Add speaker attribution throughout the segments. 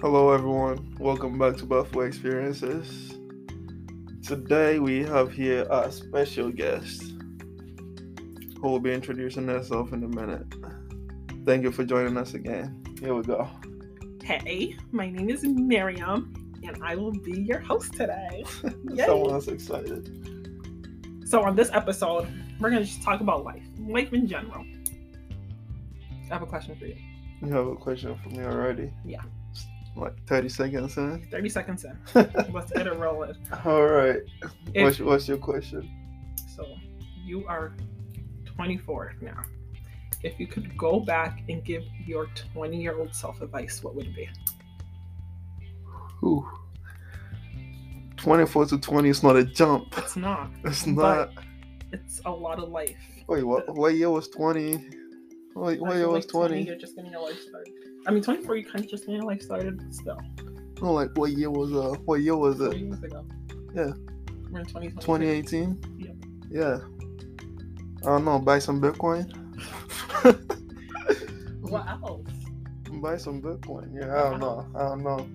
Speaker 1: Hello, everyone. Welcome back to Buffalo Experiences. Today we have here our special guest who will be introducing herself in a minute. Thank you for joining us again. Here we go.
Speaker 2: Hey, my name is Miriam, and I will be your host today. Yay.
Speaker 1: Someone's excited.
Speaker 2: So, on this episode, we're going to just talk about life, life in general. I have a question for you.
Speaker 1: You have a question for me already?
Speaker 2: Yeah.
Speaker 1: Like 30 seconds in?
Speaker 2: 30 seconds in. Let's get it rolling.
Speaker 1: All right.
Speaker 2: Uh-huh. If-
Speaker 1: What's, what's your question?
Speaker 2: So, you are 24 now. If you could go back and give your 20 year old self advice, what would it be?
Speaker 1: Whew. 24 to 20 is not a jump.
Speaker 2: It's not.
Speaker 1: It's
Speaker 2: But-
Speaker 1: not.
Speaker 2: It's a lot of life.
Speaker 1: Wait, what, what year was 20? What,
Speaker 2: I
Speaker 1: what
Speaker 2: feel
Speaker 1: year was
Speaker 2: like
Speaker 1: 20?
Speaker 2: You're just getting your life started. I mean, 24, you kind of just getting your life started, but still.
Speaker 1: No, like what year was uh what year was
Speaker 2: Four
Speaker 1: it?
Speaker 2: years ago.
Speaker 1: Yeah.
Speaker 2: We're in 2020.
Speaker 1: 2018?
Speaker 2: Yeah.
Speaker 1: Yeah. I don't know, buy some Bitcoin.
Speaker 2: What else?
Speaker 1: buy some Bitcoin. Yeah, I don't know. I don't know.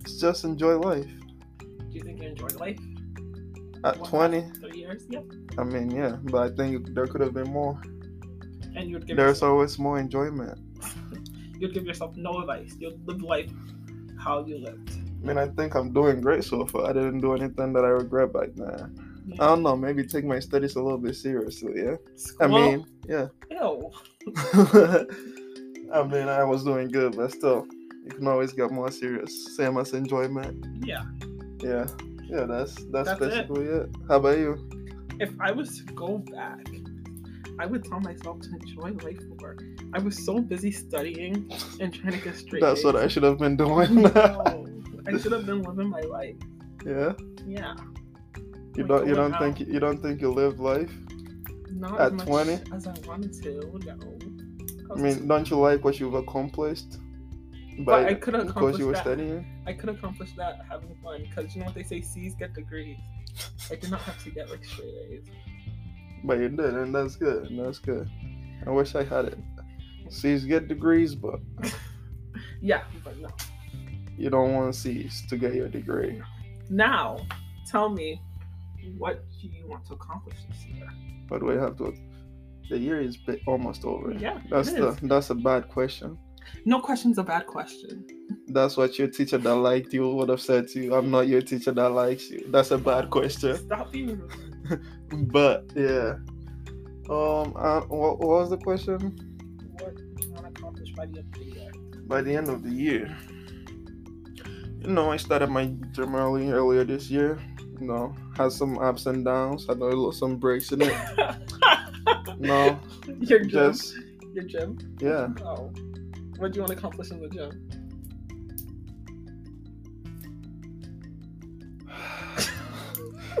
Speaker 1: It's just enjoy life.
Speaker 2: Do you think you enjoyed life?
Speaker 1: At
Speaker 2: What,
Speaker 1: 20,
Speaker 2: last Three years? Yep.
Speaker 1: I mean, yeah, but I think there could have been more.
Speaker 2: And you would give
Speaker 1: There's
Speaker 2: yourself,
Speaker 1: always more enjoyment.
Speaker 2: you'd give yourself no advice. You'd live life how you lived.
Speaker 1: I mean, I think I'm doing great so far. I didn't do anything that I regret back then. I don't know, maybe take my studies a little bit seriously, yeah? I
Speaker 2: School,
Speaker 1: mean, yeah.
Speaker 2: ew.
Speaker 1: I mean, I was doing good, but still, you can always get more serious. Same as enjoyment.
Speaker 2: Yeah.
Speaker 1: Yeah, yeah, that's that's,
Speaker 2: That's it.
Speaker 1: basically it. How about you?
Speaker 2: If I was to go back, I would tell myself to enjoy life more. I was so busy studying and trying to get straight.
Speaker 1: that's what I
Speaker 2: A's.
Speaker 1: should have been doing.
Speaker 2: No. I should have been living my life.
Speaker 1: yeah,
Speaker 2: Yeah.
Speaker 1: you
Speaker 2: Like
Speaker 1: don't you
Speaker 2: going
Speaker 1: don't think you don't think you live life?
Speaker 2: Not
Speaker 1: At
Speaker 2: as much
Speaker 1: 20?
Speaker 2: as I wanted to. No.
Speaker 1: I
Speaker 2: was
Speaker 1: mean, don't you like what you've accomplished?
Speaker 2: But
Speaker 1: by-
Speaker 2: I could
Speaker 1: because
Speaker 2: accomplish
Speaker 1: you were
Speaker 2: that.
Speaker 1: studying.
Speaker 2: I could accomplish that having fun because you know what they say C's get degrees. I did not have to get like straight A's.
Speaker 1: But you did, and that's good. And that's good. I wish I had it. C's get degrees, but
Speaker 2: Yeah, but no.
Speaker 1: you don't want C's to get your degree.
Speaker 2: Now, tell me, what do you want to accomplish this year?
Speaker 1: But we have to. The year is ba- almost over.
Speaker 2: Yeah,
Speaker 1: That's
Speaker 2: it
Speaker 1: the
Speaker 2: is.
Speaker 1: that's a bad question.
Speaker 2: No question's a bad question.
Speaker 1: That's what your teacher that liked you would have said to you. I'm not your teacher that likes you. That's a bad question.
Speaker 2: Stop being rude.
Speaker 1: But yeah. Um. Uh, what, what was the question?
Speaker 2: What do you want to accomplish by the end of the year?
Speaker 1: By the end of the year. You know, I started my gym early earlier this year. You know, had some ups and downs. Had a little some breaks in it. no,
Speaker 2: your gym.
Speaker 1: just
Speaker 2: Your gym.
Speaker 1: yeah.
Speaker 2: Oh. What do you want to accomplish in the gym?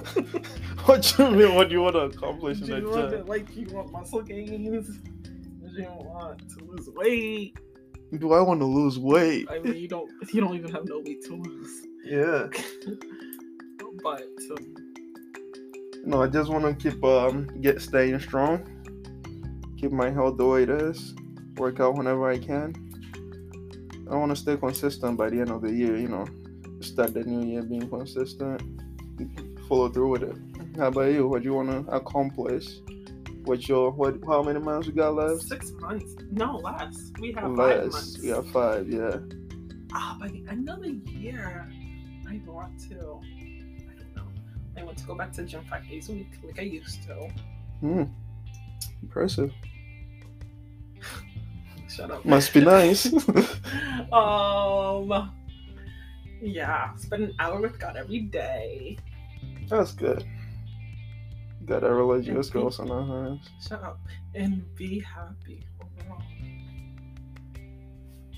Speaker 1: what you mean? What do you want to accomplish in
Speaker 2: Do
Speaker 1: the
Speaker 2: you want
Speaker 1: gym?
Speaker 2: to, like you want muscle gains? Do you want to lose weight?
Speaker 1: Do I want to lose weight?
Speaker 2: I mean, you don't you don't even have no weight to lose.
Speaker 1: Yeah.
Speaker 2: But um, so,
Speaker 1: No, I just want to keep um get staying strong, keep my health the way it is, work out whenever I can. I want to stay consistent by the end of the year. You know, start the new year being consistent, follow through with it. How about you? What do you want to accomplish? What's your what? How many months you got left?
Speaker 2: six months, no less. We have five
Speaker 1: Less.
Speaker 2: months.
Speaker 1: We have five. Yeah.
Speaker 2: Ah, by the end of the year, I want to. I don't know. I want to go back to the gym five days a week, like I used to.
Speaker 1: Hmm. Impressive.
Speaker 2: Shut up.
Speaker 1: Must be nice.
Speaker 2: um. Yeah, spend an hour with God every day.
Speaker 1: That's good. Got a religious girls on our hands.
Speaker 2: Shut up and be happy overall.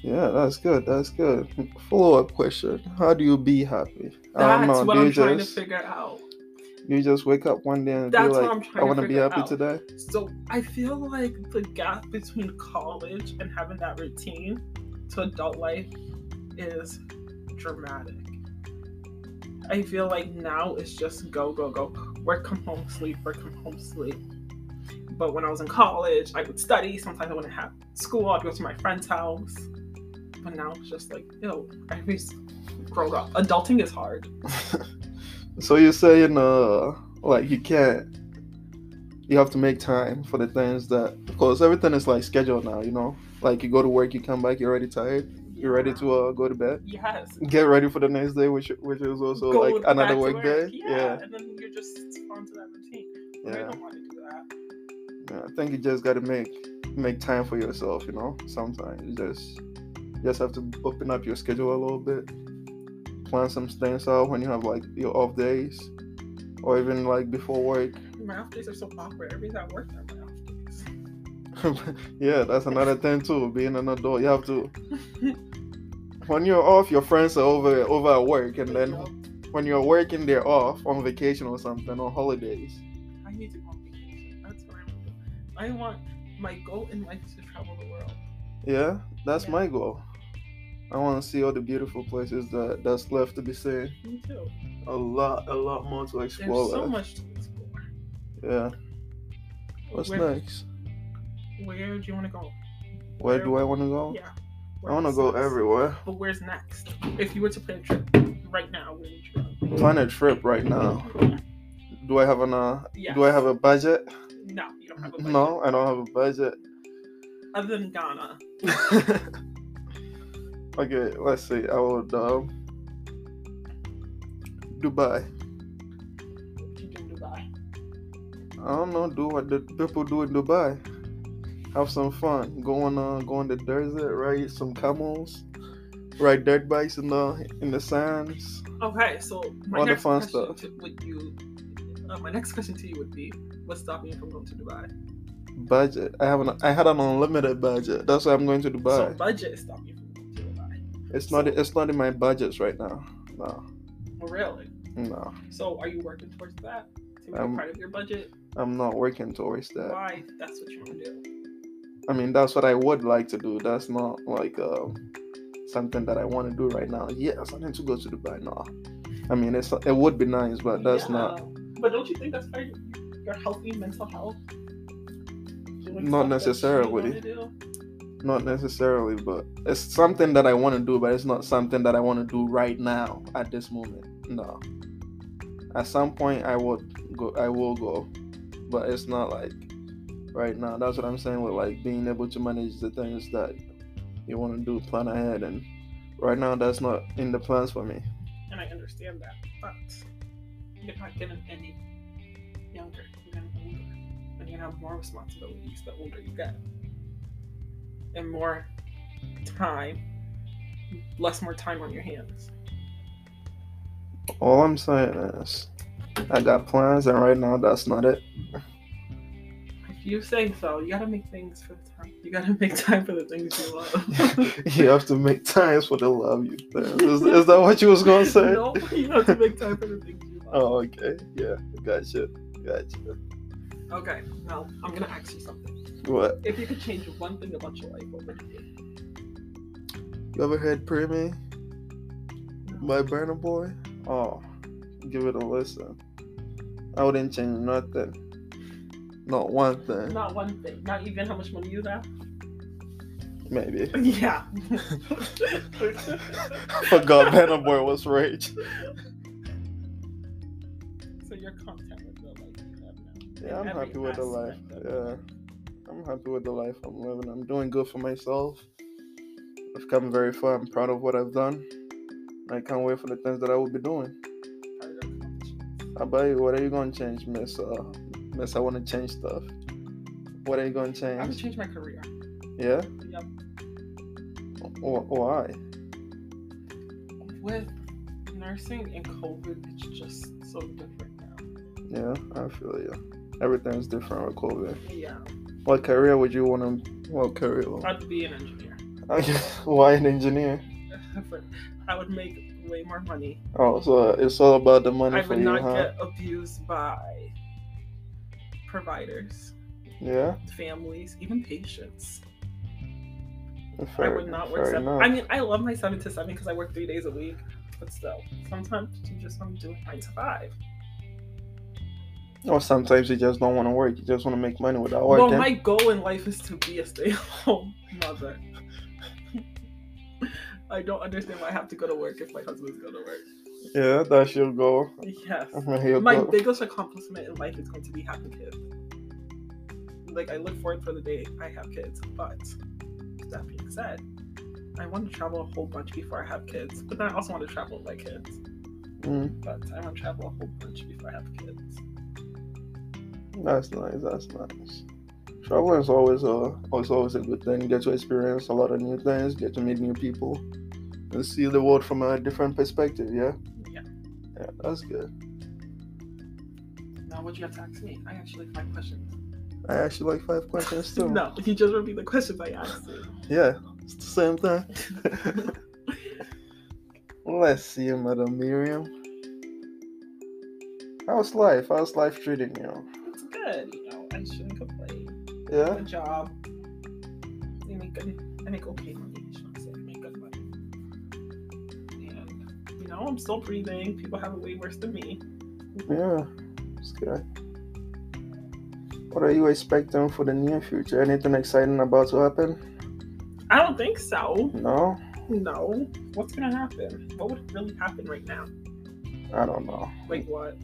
Speaker 1: Yeah, that's good. That's good. Follow up question: How do you be happy?
Speaker 2: That's what
Speaker 1: Do
Speaker 2: I'm
Speaker 1: you
Speaker 2: trying
Speaker 1: just
Speaker 2: to figure out.
Speaker 1: you just wake up one day and be
Speaker 2: That's what
Speaker 1: like,
Speaker 2: I'm trying
Speaker 1: I
Speaker 2: to
Speaker 1: want to be
Speaker 2: figure
Speaker 1: happy
Speaker 2: out."
Speaker 1: today.
Speaker 2: So I feel like the gap between college and having that routine to adult life is dramatic. I feel like now it's just go, go, go. Work, come home, sleep, work, come home, sleep. But when I was in college, I would study. Sometimes I wouldn't have school. I'd go to my friend's house. But now it's just like, yo, everybody's grown up. Adulting is hard.
Speaker 1: so you're saying uh like you can't you have to make time for the things that because everything is like scheduled now, you know? Like you go to work, you come back, you're already tired, you're ready to uh, go to bed.
Speaker 2: Yes.
Speaker 1: Get ready for the next day, which which is also
Speaker 2: Go
Speaker 1: like
Speaker 2: back
Speaker 1: another
Speaker 2: to
Speaker 1: work day.
Speaker 2: Yeah.
Speaker 1: Yeah.
Speaker 2: And then you're just onto that routine.
Speaker 1: yeah,
Speaker 2: I don't want to do that.
Speaker 1: yeah. I think you just gotta make make time for yourself, you know. Sometimes you just you just have to open up your schedule a little bit, plan some things out when you have like your off days, or even like before work.
Speaker 2: My off days are so awkward. Everybody's at work on my off days.
Speaker 1: yeah, that's another thing too. Being an adult, you have to. When you're off, your friends are over over at work, and then
Speaker 2: Yo,
Speaker 1: when you're working, they're off on vacation or something on holidays.
Speaker 2: I need to go on vacation. That's what I want to do. I want my goal in life is to travel the world.
Speaker 1: Yeah, that's
Speaker 2: Yeah.
Speaker 1: my goal. I want to see all the beautiful places that that's left to be seen.
Speaker 2: Me too.
Speaker 1: A lot, a lot more to
Speaker 2: There's
Speaker 1: explore.
Speaker 2: so
Speaker 1: left.
Speaker 2: much to explore.
Speaker 1: Yeah. What's
Speaker 2: where,
Speaker 1: next?
Speaker 2: Where do you want to go?
Speaker 1: Where
Speaker 2: where-
Speaker 1: do I want to go?
Speaker 2: Yeah.
Speaker 1: Oh, I want to go
Speaker 2: Where's next?
Speaker 1: everywhere.
Speaker 2: But where's next? If you were to plan a trip right now, where would you go?
Speaker 1: Plan a trip right now. Do I have an uh,
Speaker 2: Yes.
Speaker 1: Oh. Do I have a budget?
Speaker 2: No, you don't have a budget.
Speaker 1: No, I don't have a budget.
Speaker 2: Other than Ghana.
Speaker 1: okay, let's see. I would um, Dubai.
Speaker 2: What you do in Dubai?
Speaker 1: I don't know. Do what the people do in Dubai. Have some fun. Go on, uh, go on the desert. Ride some camels. Ride dirt bikes in the in the sands.
Speaker 2: Okay, so my
Speaker 1: All the
Speaker 2: next
Speaker 1: fun
Speaker 2: question
Speaker 1: stuff.
Speaker 2: to would you uh, my next question to you would be what's stopping you from going to Dubai?
Speaker 1: Budget. I have an. I had an unlimited budget. That's why I'm going to
Speaker 2: So
Speaker 1: Dubai.
Speaker 2: budget is stopping you from going to Dubai.
Speaker 1: it's not. It's not in my budgets right now. No,
Speaker 2: Oh, Really?
Speaker 1: no.
Speaker 2: So are you working towards that? To make
Speaker 1: Um,
Speaker 2: it part of your budget?
Speaker 1: I'm not working towards that.
Speaker 2: Why? That's what you want to do.
Speaker 1: I mean, that's what I would like to do. That's not like um, something that I want to do right now. Yes, I need to go to Dubai. No, I mean, it's it would be nice, but that's not
Speaker 2: Yeah. But don't you think that's part of your healthy mental health?
Speaker 1: Not
Speaker 2: Doing stuff that you
Speaker 1: necessarily.
Speaker 2: wanna do?
Speaker 1: not necessarily. But it's something that I want to do, but it's not something that I want to do right now at this moment. No. At some point, I would go. I will go, but it's not like right now. That's what I'm saying with like being able to manage the things that you want to do, plan ahead, and right now that's not in the plans for me.
Speaker 2: and I understand that, but you're not getting any younger. You're getting older, and you have more responsibilities the older you get, and more time, less more time on your hands.
Speaker 1: All I'm saying is, I got plans, and right now that's not it.
Speaker 2: If you say so, you gotta make things for the time. You gotta make time for the things you love.
Speaker 1: you have to make times for the love you. feel. Is, is that what you was gonna say?
Speaker 2: no, you have to make time for the things you love.
Speaker 1: Oh, okay. Yeah, gotcha, gotcha. Oh.
Speaker 2: Okay, now I'm gonna ask you something.
Speaker 1: What?
Speaker 2: If you could change one thing about your life, what would it be?
Speaker 1: You ever heard "Premium" by Burner Boy? Oh, give it a listen. I wouldn't change nothing. Not one thing,
Speaker 2: Not one thing. Not even how much money you have.
Speaker 1: maybe.
Speaker 2: Yeah.
Speaker 1: Forgot Burner Boy was rich.
Speaker 2: So you're content with the life you have now.
Speaker 1: Yeah, I'm
Speaker 2: in every
Speaker 1: happy with the life.
Speaker 2: aspect of
Speaker 1: Yeah,
Speaker 2: it.
Speaker 1: I'm happy with the life I'm living. I'm doing good for myself. I've come very far. I'm proud of what I've done. I can't wait for the things that I will be doing.
Speaker 2: Are your accomplishments.
Speaker 1: How about you? Uh, What are you gonna change, Miss? Uh, miss, I want to change stuff. What are you gonna
Speaker 2: I would
Speaker 1: change?
Speaker 2: change my career.
Speaker 1: Yeah.
Speaker 2: Yep.
Speaker 1: Wh- Why?
Speaker 2: With nursing and COVID, it's just so different now.
Speaker 1: Yeah, I feel you. Everything's different with COVID.
Speaker 2: Yeah.
Speaker 1: What career would you want to? What career?
Speaker 2: I'd be an engineer.
Speaker 1: Why an engineer?
Speaker 2: But I would make way more money.
Speaker 1: Oh, so it's all about the money
Speaker 2: I
Speaker 1: for
Speaker 2: would
Speaker 1: you,
Speaker 2: not
Speaker 1: huh?
Speaker 2: get abused by providers,
Speaker 1: Yeah.
Speaker 2: families, even patients.
Speaker 1: Fair,
Speaker 2: I would not work
Speaker 1: fair
Speaker 2: seven.
Speaker 1: enough.
Speaker 2: I mean, I love my seven to seven because I work three days a week, but still, sometimes you just want to do nine to five.
Speaker 1: Or sometimes you just don't want to work. You just want to make money without
Speaker 2: well,
Speaker 1: working.
Speaker 2: my goal in life is to be a stay-at-home mother. I don't understand why I have to go to work if my husband's going to work.
Speaker 1: Yeah, that's your goal.
Speaker 2: Yes.
Speaker 1: Your
Speaker 2: My
Speaker 1: goal.
Speaker 2: biggest accomplishment in life is going to be having kids. Like I look forward for the day I have kids, but that being said, I want to travel a whole bunch before I have kids. But then I also want to travel with my kids.
Speaker 1: Mm,
Speaker 2: But I want to travel a whole bunch before I have kids.
Speaker 1: that's nice. That's nice. Traveling is always a is always a good thing. You get to experience a lot of new things. Get to meet new people, and see the world from a different perspective. Yeah.
Speaker 2: Yeah.
Speaker 1: Yeah, that's good.
Speaker 2: Now what you have to ask me? I actually like five questions.
Speaker 1: I actually like five questions too.
Speaker 2: No, you just repeat the questions I asked. you.
Speaker 1: Yeah, it's the same thing. Let's see, Madam Miriam. How's life? How's life treating you?
Speaker 2: It's good, you know. I shouldn't complain.
Speaker 1: Yeah.
Speaker 2: Good job. I make good. I make okay money. I shouldn't say I make good money. And you know, I'm still breathing. People have it way worse than me.
Speaker 1: Yeah, it's good. What are you expecting for the near future? Anything exciting about to happen?
Speaker 2: I don't think so.
Speaker 1: No,
Speaker 2: No. What's gonna happen? What would really happen right now?
Speaker 1: I don't know.
Speaker 2: Like what?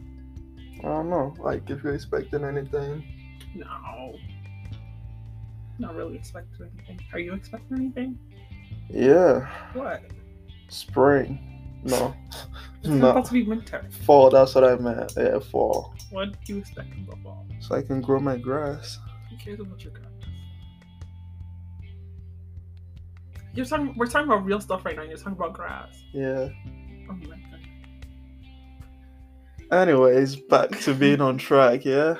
Speaker 1: I don't know. Like, if you're expecting anything,
Speaker 2: No. Not really expecting anything. Are you expecting anything?
Speaker 1: yeah,
Speaker 2: What?
Speaker 1: spring. No,
Speaker 2: It's
Speaker 1: no,
Speaker 2: supposed to be winter.
Speaker 1: fall. That's what I meant. Yeah, fall.
Speaker 2: What do you expect from football?
Speaker 1: So I can grow my grass.
Speaker 2: Who cares about your crap? You're talking. We're talking about real stuff right now. You're talking about grass.
Speaker 1: Yeah.
Speaker 2: Oh my god.
Speaker 1: Anyways, back to being on track. Yeah.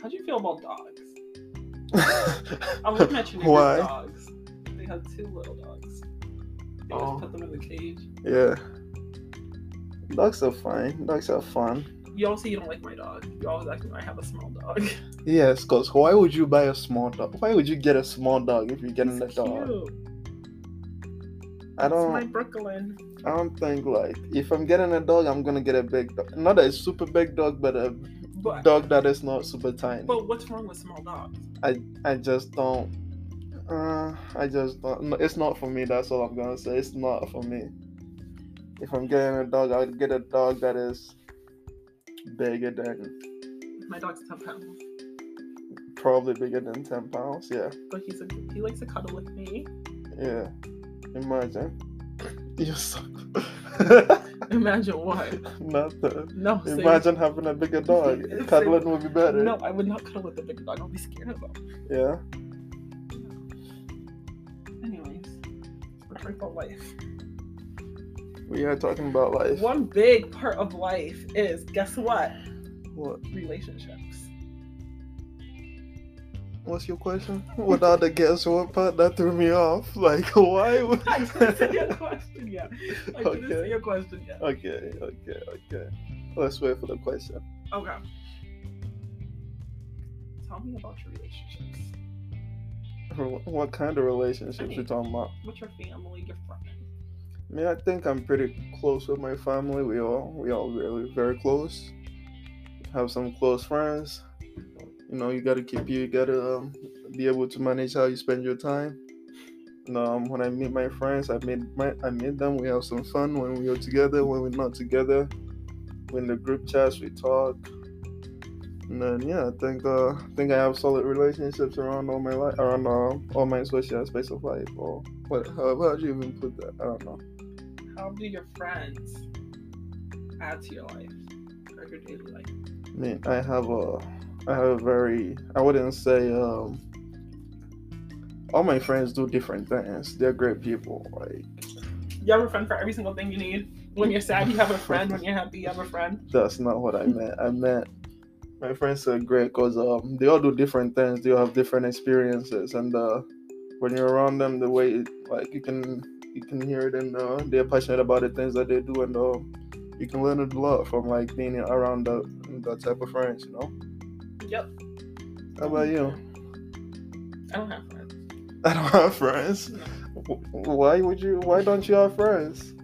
Speaker 2: How do you feel about dogs? I'm looking at your neighbor's
Speaker 1: Why?
Speaker 2: dogs. They have two little dogs. They
Speaker 1: Oh.
Speaker 2: just put them in the cage.
Speaker 1: yeah. Ducks are fine. Ducks are fun.
Speaker 2: You also you don't like my dog. You always ask me why I have a small dog.
Speaker 1: Yes, cause why would you buy a small dog? Why would you get a small dog if you're getting a
Speaker 2: It's
Speaker 1: dog?
Speaker 2: cute.
Speaker 1: I
Speaker 2: It's
Speaker 1: don't.
Speaker 2: my Brooklyn.
Speaker 1: I don't think like if I'm getting a dog, I'm gonna get a big dog. Not a super big dog, but a
Speaker 2: But
Speaker 1: dog that is not super tiny.
Speaker 2: but what's wrong with small dogs?
Speaker 1: I just don't. Uh, I just don't. no, It's not for me. That's all I'm gonna say. It's not for me. If I'm getting a dog, I'd get a dog that is bigger than
Speaker 2: My dog's ten pounds,
Speaker 1: probably bigger than ten pounds. Yeah,
Speaker 2: but he's a, he likes to cuddle with me.
Speaker 1: yeah. Imagine. You suck.
Speaker 2: Imagine what?
Speaker 1: Nothing.
Speaker 2: No. seriously.
Speaker 1: Imagine having a bigger dog.
Speaker 2: Same.
Speaker 1: Cuddling would be better.
Speaker 2: No, I would not cuddle with a big dog. I'll be scared of them.
Speaker 1: Yeah.
Speaker 2: Anyways, we're talking about life.
Speaker 1: We are talking about life.
Speaker 2: One big part of life is guess what?
Speaker 1: What?
Speaker 2: Relationships.
Speaker 1: What's your question? Without the guess what part that threw me off. Like why would
Speaker 2: I didn't say your question yet. I didn't
Speaker 1: Okay.
Speaker 2: say your question yet.
Speaker 1: Okay, okay, okay. Let's wait for the question.
Speaker 2: Okay. Tell me about your relationships.
Speaker 1: Wh- What kind of relationships you talking about?
Speaker 2: What's your family, your friends?
Speaker 1: I mean, I think I'm pretty close with my family. We all we all really very close. Have some close friends. You know, you gotta keep you gotta um, be able to manage how you spend your time. And, um, when I meet my friends, I meet my I meet them. We have some fun when we are together. When we're not together, we're in the group chats. We talk. And then yeah, I think uh, I think I have solid relationships around all my life, around uh, all my social aspects of life, or what? How, how do you even put that? I don't know.
Speaker 2: How do your friends add to your life or your daily life?
Speaker 1: I mean, I have a, I have a very, I wouldn't say, um, all my friends do different things. They're great people. Like
Speaker 2: You have a friend for every single thing you need. When you're sad, you have a friend. When you're happy, you have a friend.
Speaker 1: that's not what I meant. I meant my friends are great because um, they all do different things. They all have different experiences, and uh, when you're around them, the way it, like you can you can hear it, and uh, they're passionate about the things that they do, and uh, you can learn a lot from like being around the, that type of friends. You know?
Speaker 2: Yep.
Speaker 1: How about you?
Speaker 2: I don't have friends.
Speaker 1: I don't have friends.
Speaker 2: No.
Speaker 1: Wh- Why would you? Why don't you have friends?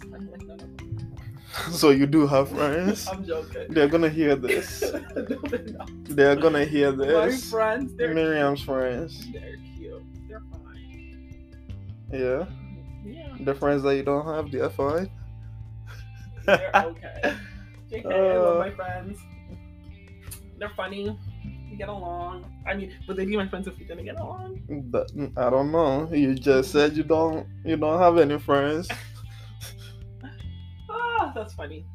Speaker 2: Because I'm like none of them.
Speaker 1: So you do have friends.
Speaker 2: I'm joking.
Speaker 1: They're gonna hear this.
Speaker 2: no, they're not.
Speaker 1: They're gonna hear
Speaker 2: My
Speaker 1: this.
Speaker 2: friends, they're
Speaker 1: Miriam's friends.
Speaker 2: they're cute. They're fine.
Speaker 1: Yeah.
Speaker 2: Yeah,
Speaker 1: The friends that you don't have, the FI.
Speaker 2: they're okay. JK, I
Speaker 1: Uh.
Speaker 2: love my friends. They're funny. We get along. I mean, would they be my friends if we didn't get along?
Speaker 1: That- mm, I don't know. You just said you don't you don't have any friends.
Speaker 2: Ah, that's funny.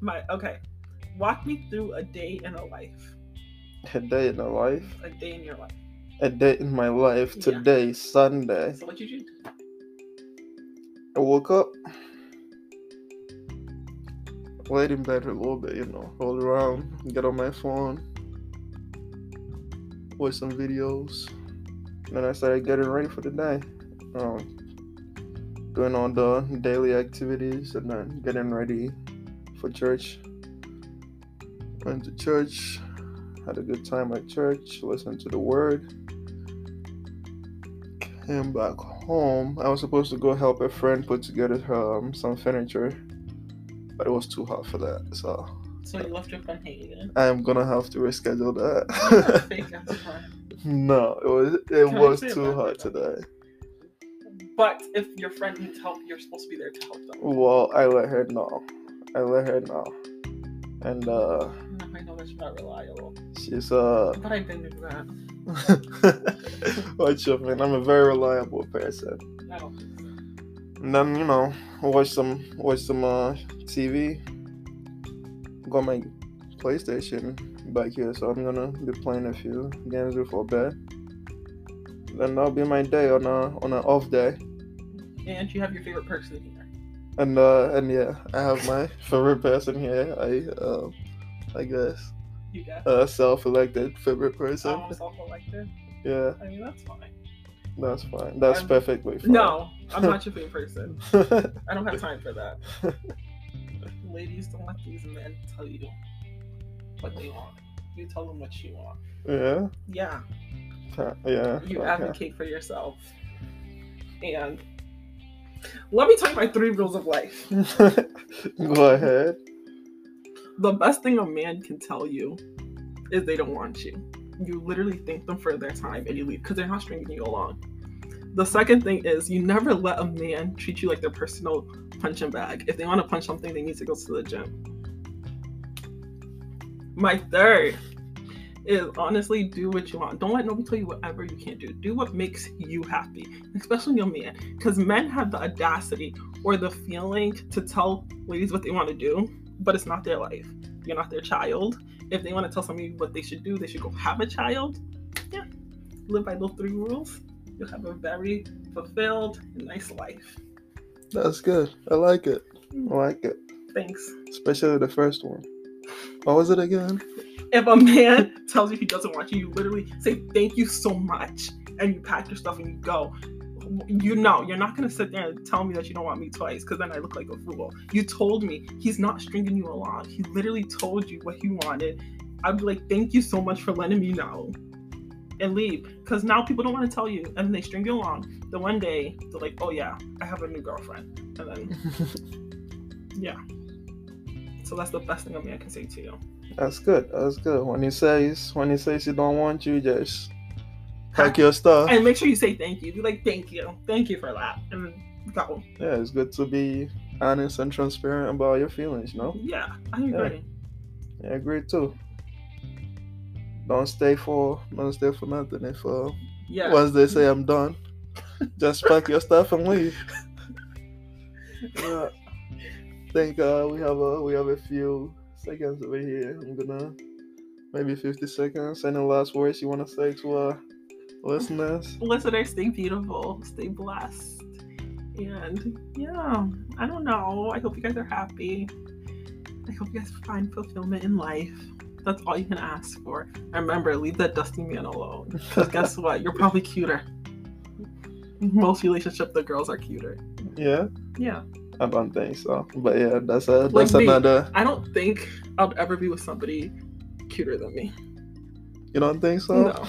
Speaker 2: My okay. Walk me through a day in a life.
Speaker 1: A day in my life.
Speaker 2: A day in your life.
Speaker 1: A day in my life.
Speaker 2: Yeah.
Speaker 1: Today, Sunday.
Speaker 2: So what you do?
Speaker 1: I woke up. Laid in bed a little bit, you know, roll around, get on my phone, watch some videos. And then I started getting ready for the day. Um, doing all the daily activities and then getting ready for church. Went to church, had a good time at church, listened to the word. Came back home. I was supposed to go help a friend put together her, um, some furniture, but it was too hot for that. So
Speaker 2: So you left your friend hanging.
Speaker 1: I'm gonna have to reschedule that.
Speaker 2: Fake ass friend.
Speaker 1: no, it was it
Speaker 2: Can I
Speaker 1: was
Speaker 2: say
Speaker 1: too
Speaker 2: about
Speaker 1: hot
Speaker 2: that?
Speaker 1: today.
Speaker 2: But if your friend needs help, you're supposed to be there to help them.
Speaker 1: Well, I let her know. I let her know, and uh,
Speaker 2: No, I know that's not reliable.
Speaker 1: she's uh,
Speaker 2: But I've been doing that.
Speaker 1: what's up, man? I'm a very reliable person.
Speaker 2: I don't think so.
Speaker 1: And then you know, watch some watch some uh TV. Got my PlayStation back here, so I'm gonna be playing a few games before bed. Then that'll be my day on a on an off day.
Speaker 2: And you have your favorite person here.
Speaker 1: And uh and yeah, I have my favorite person here. I um I guess
Speaker 2: You guess.
Speaker 1: uh self-elected favorite person.
Speaker 2: I'm self-elected.
Speaker 1: yeah,
Speaker 2: I mean, that's fine.
Speaker 1: that's fine. That's
Speaker 2: I'm-
Speaker 1: perfectly fine.
Speaker 2: No, I'm not your favorite person. I don't have time for that. Ladies, don't let these men tell you what they want. You tell them what you want.
Speaker 1: yeah.
Speaker 2: Yeah,
Speaker 1: Ca- Yeah.
Speaker 2: you
Speaker 1: okay.
Speaker 2: advocate for yourself. And let me tell you my three rules of life.
Speaker 1: Go ahead.
Speaker 2: The best thing a man can tell you is they don't want you. You literally thank them for their time and you leave because they're not stringing you along. The second thing is you never let a man treat you like their personal punching bag. If they want to punch something, they need to go to the gym. My third is honestly do what you want. Don't let nobody tell you whatever you can't do. Do what makes you happy, especially your man, because men have the audacity or the feeling to tell ladies what they want to do, but it's not their life. You're not their child. If they want to tell somebody what they should do, they should go have a child. Yeah, live by those three rules. You'll have a very fulfilled, nice life.
Speaker 1: That's good. I like it. I like it.
Speaker 2: Thanks.
Speaker 1: Especially the first one. What was it again?
Speaker 2: if a man tells you he doesn't want you, you literally say thank you so much and you pack your stuff and you go. You know, you're not gonna sit there and tell me that you don't want me twice because then I look like a fool. You told me he's not stringing you along. He literally told you what he wanted. I'd be like, thank you so much for letting me know and leave because now people don't want to tell you and then they string you along. Then one day they're like, oh yeah, I have a new girlfriend. And then, so that's the best thing a man can say to you.
Speaker 1: That's good. That's good. When he says when he says he don't want you, just pack your stuff.
Speaker 2: and make sure you say thank you. Be like, thank you, thank you for that, and go.
Speaker 1: Yeah, it's good to be honest and transparent about your feelings, you know?
Speaker 2: Yeah, I agree.
Speaker 1: I agree too. Don't stay for don't stay for nothing if uh,
Speaker 2: Yeah,
Speaker 1: once they say I'm done, just pack your stuff and leave. Yeah. think uh, we have a we have a few seconds over here. I'm gonna maybe 50 seconds. Any last words you wanna say to our listeners?
Speaker 2: listeners, stay beautiful, stay blessed, and yeah, I don't know. I hope you guys are happy. I hope you guys find fulfillment in life. That's all you can ask for. And remember, leave that dusty man alone. Because guess what? You're probably cuter. Most relationship, the girls are cuter.
Speaker 1: Yeah,
Speaker 2: Yeah.
Speaker 1: I don't think so. But yeah, that's a
Speaker 2: Like
Speaker 1: that's
Speaker 2: me.
Speaker 1: another.
Speaker 2: I don't think I'll ever be with somebody cuter than me.
Speaker 1: You don't think so?
Speaker 2: No.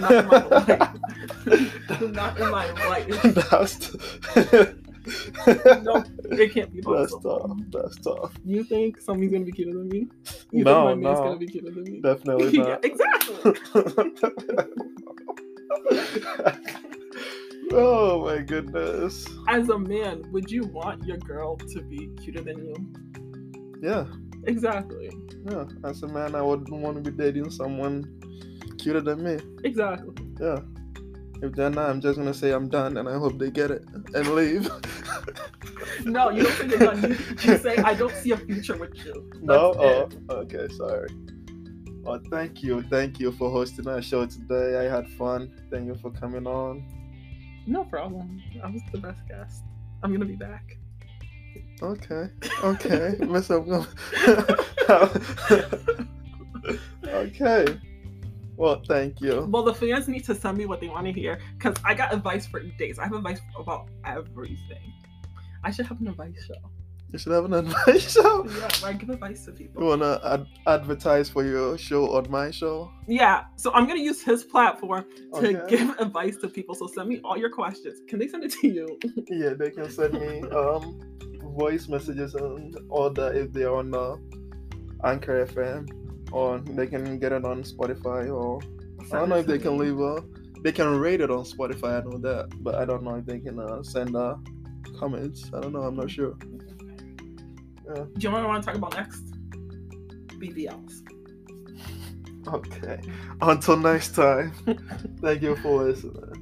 Speaker 2: Not in my life. Not in my life.
Speaker 1: that's
Speaker 2: No, it can't be
Speaker 1: that's tough.
Speaker 2: possible.
Speaker 1: That's tough.
Speaker 2: You think somebody's gonna be cuter than me? You
Speaker 1: No,
Speaker 2: think my man's
Speaker 1: no.
Speaker 2: gonna be cuter than me?
Speaker 1: Definitely
Speaker 2: yeah,
Speaker 1: not.
Speaker 2: exactly.
Speaker 1: Oh my goodness.
Speaker 2: As a man, would you want your girl to be cuter than you?
Speaker 1: Yeah,
Speaker 2: Exactly.
Speaker 1: yeah. As a man, I would want to be dating someone cuter than me.
Speaker 2: Exactly.
Speaker 1: Yeah. If they're not, I'm just gonna say I'm done, and I hope they get it and leave.
Speaker 2: No, you don't say you're done. You, you say, I don't see a future with you.
Speaker 1: No.
Speaker 2: That's
Speaker 1: Oh,
Speaker 2: it.
Speaker 1: okay. Sorry. Oh, thank you, thank you for hosting our show today. I had fun. Thank you for coming on.
Speaker 2: No problem. I was the best guest. I'm going to be back.
Speaker 1: Okay, okay, miss. I'm gonna- okay. Well, thank you.
Speaker 2: Well, the fans need to send me what they want to hear because I got advice for days. I have advice about everything. I should have an advice show.
Speaker 1: You should have an advice show.
Speaker 2: Yeah, where I give advice to
Speaker 1: You
Speaker 2: people.
Speaker 1: wanna ad- advertise for your show on my show?
Speaker 2: Yeah, so I'm going to use his platform to
Speaker 1: Okay.
Speaker 2: give advice to people. So send me all your questions. Can they send it to you?
Speaker 1: Yeah, they can send me um voice messages and all that if they're on uh, Anchor FM, or they can get it on Spotify, or I don't know if they can leave a. They can rate it on Spotify. I know that, but I don't know if they can uh, send uh, comments. I don't know. I'm not sure.
Speaker 2: Do you know what I want to talk about next? BBLs.
Speaker 1: Okay. Until next time. Thank you for listening.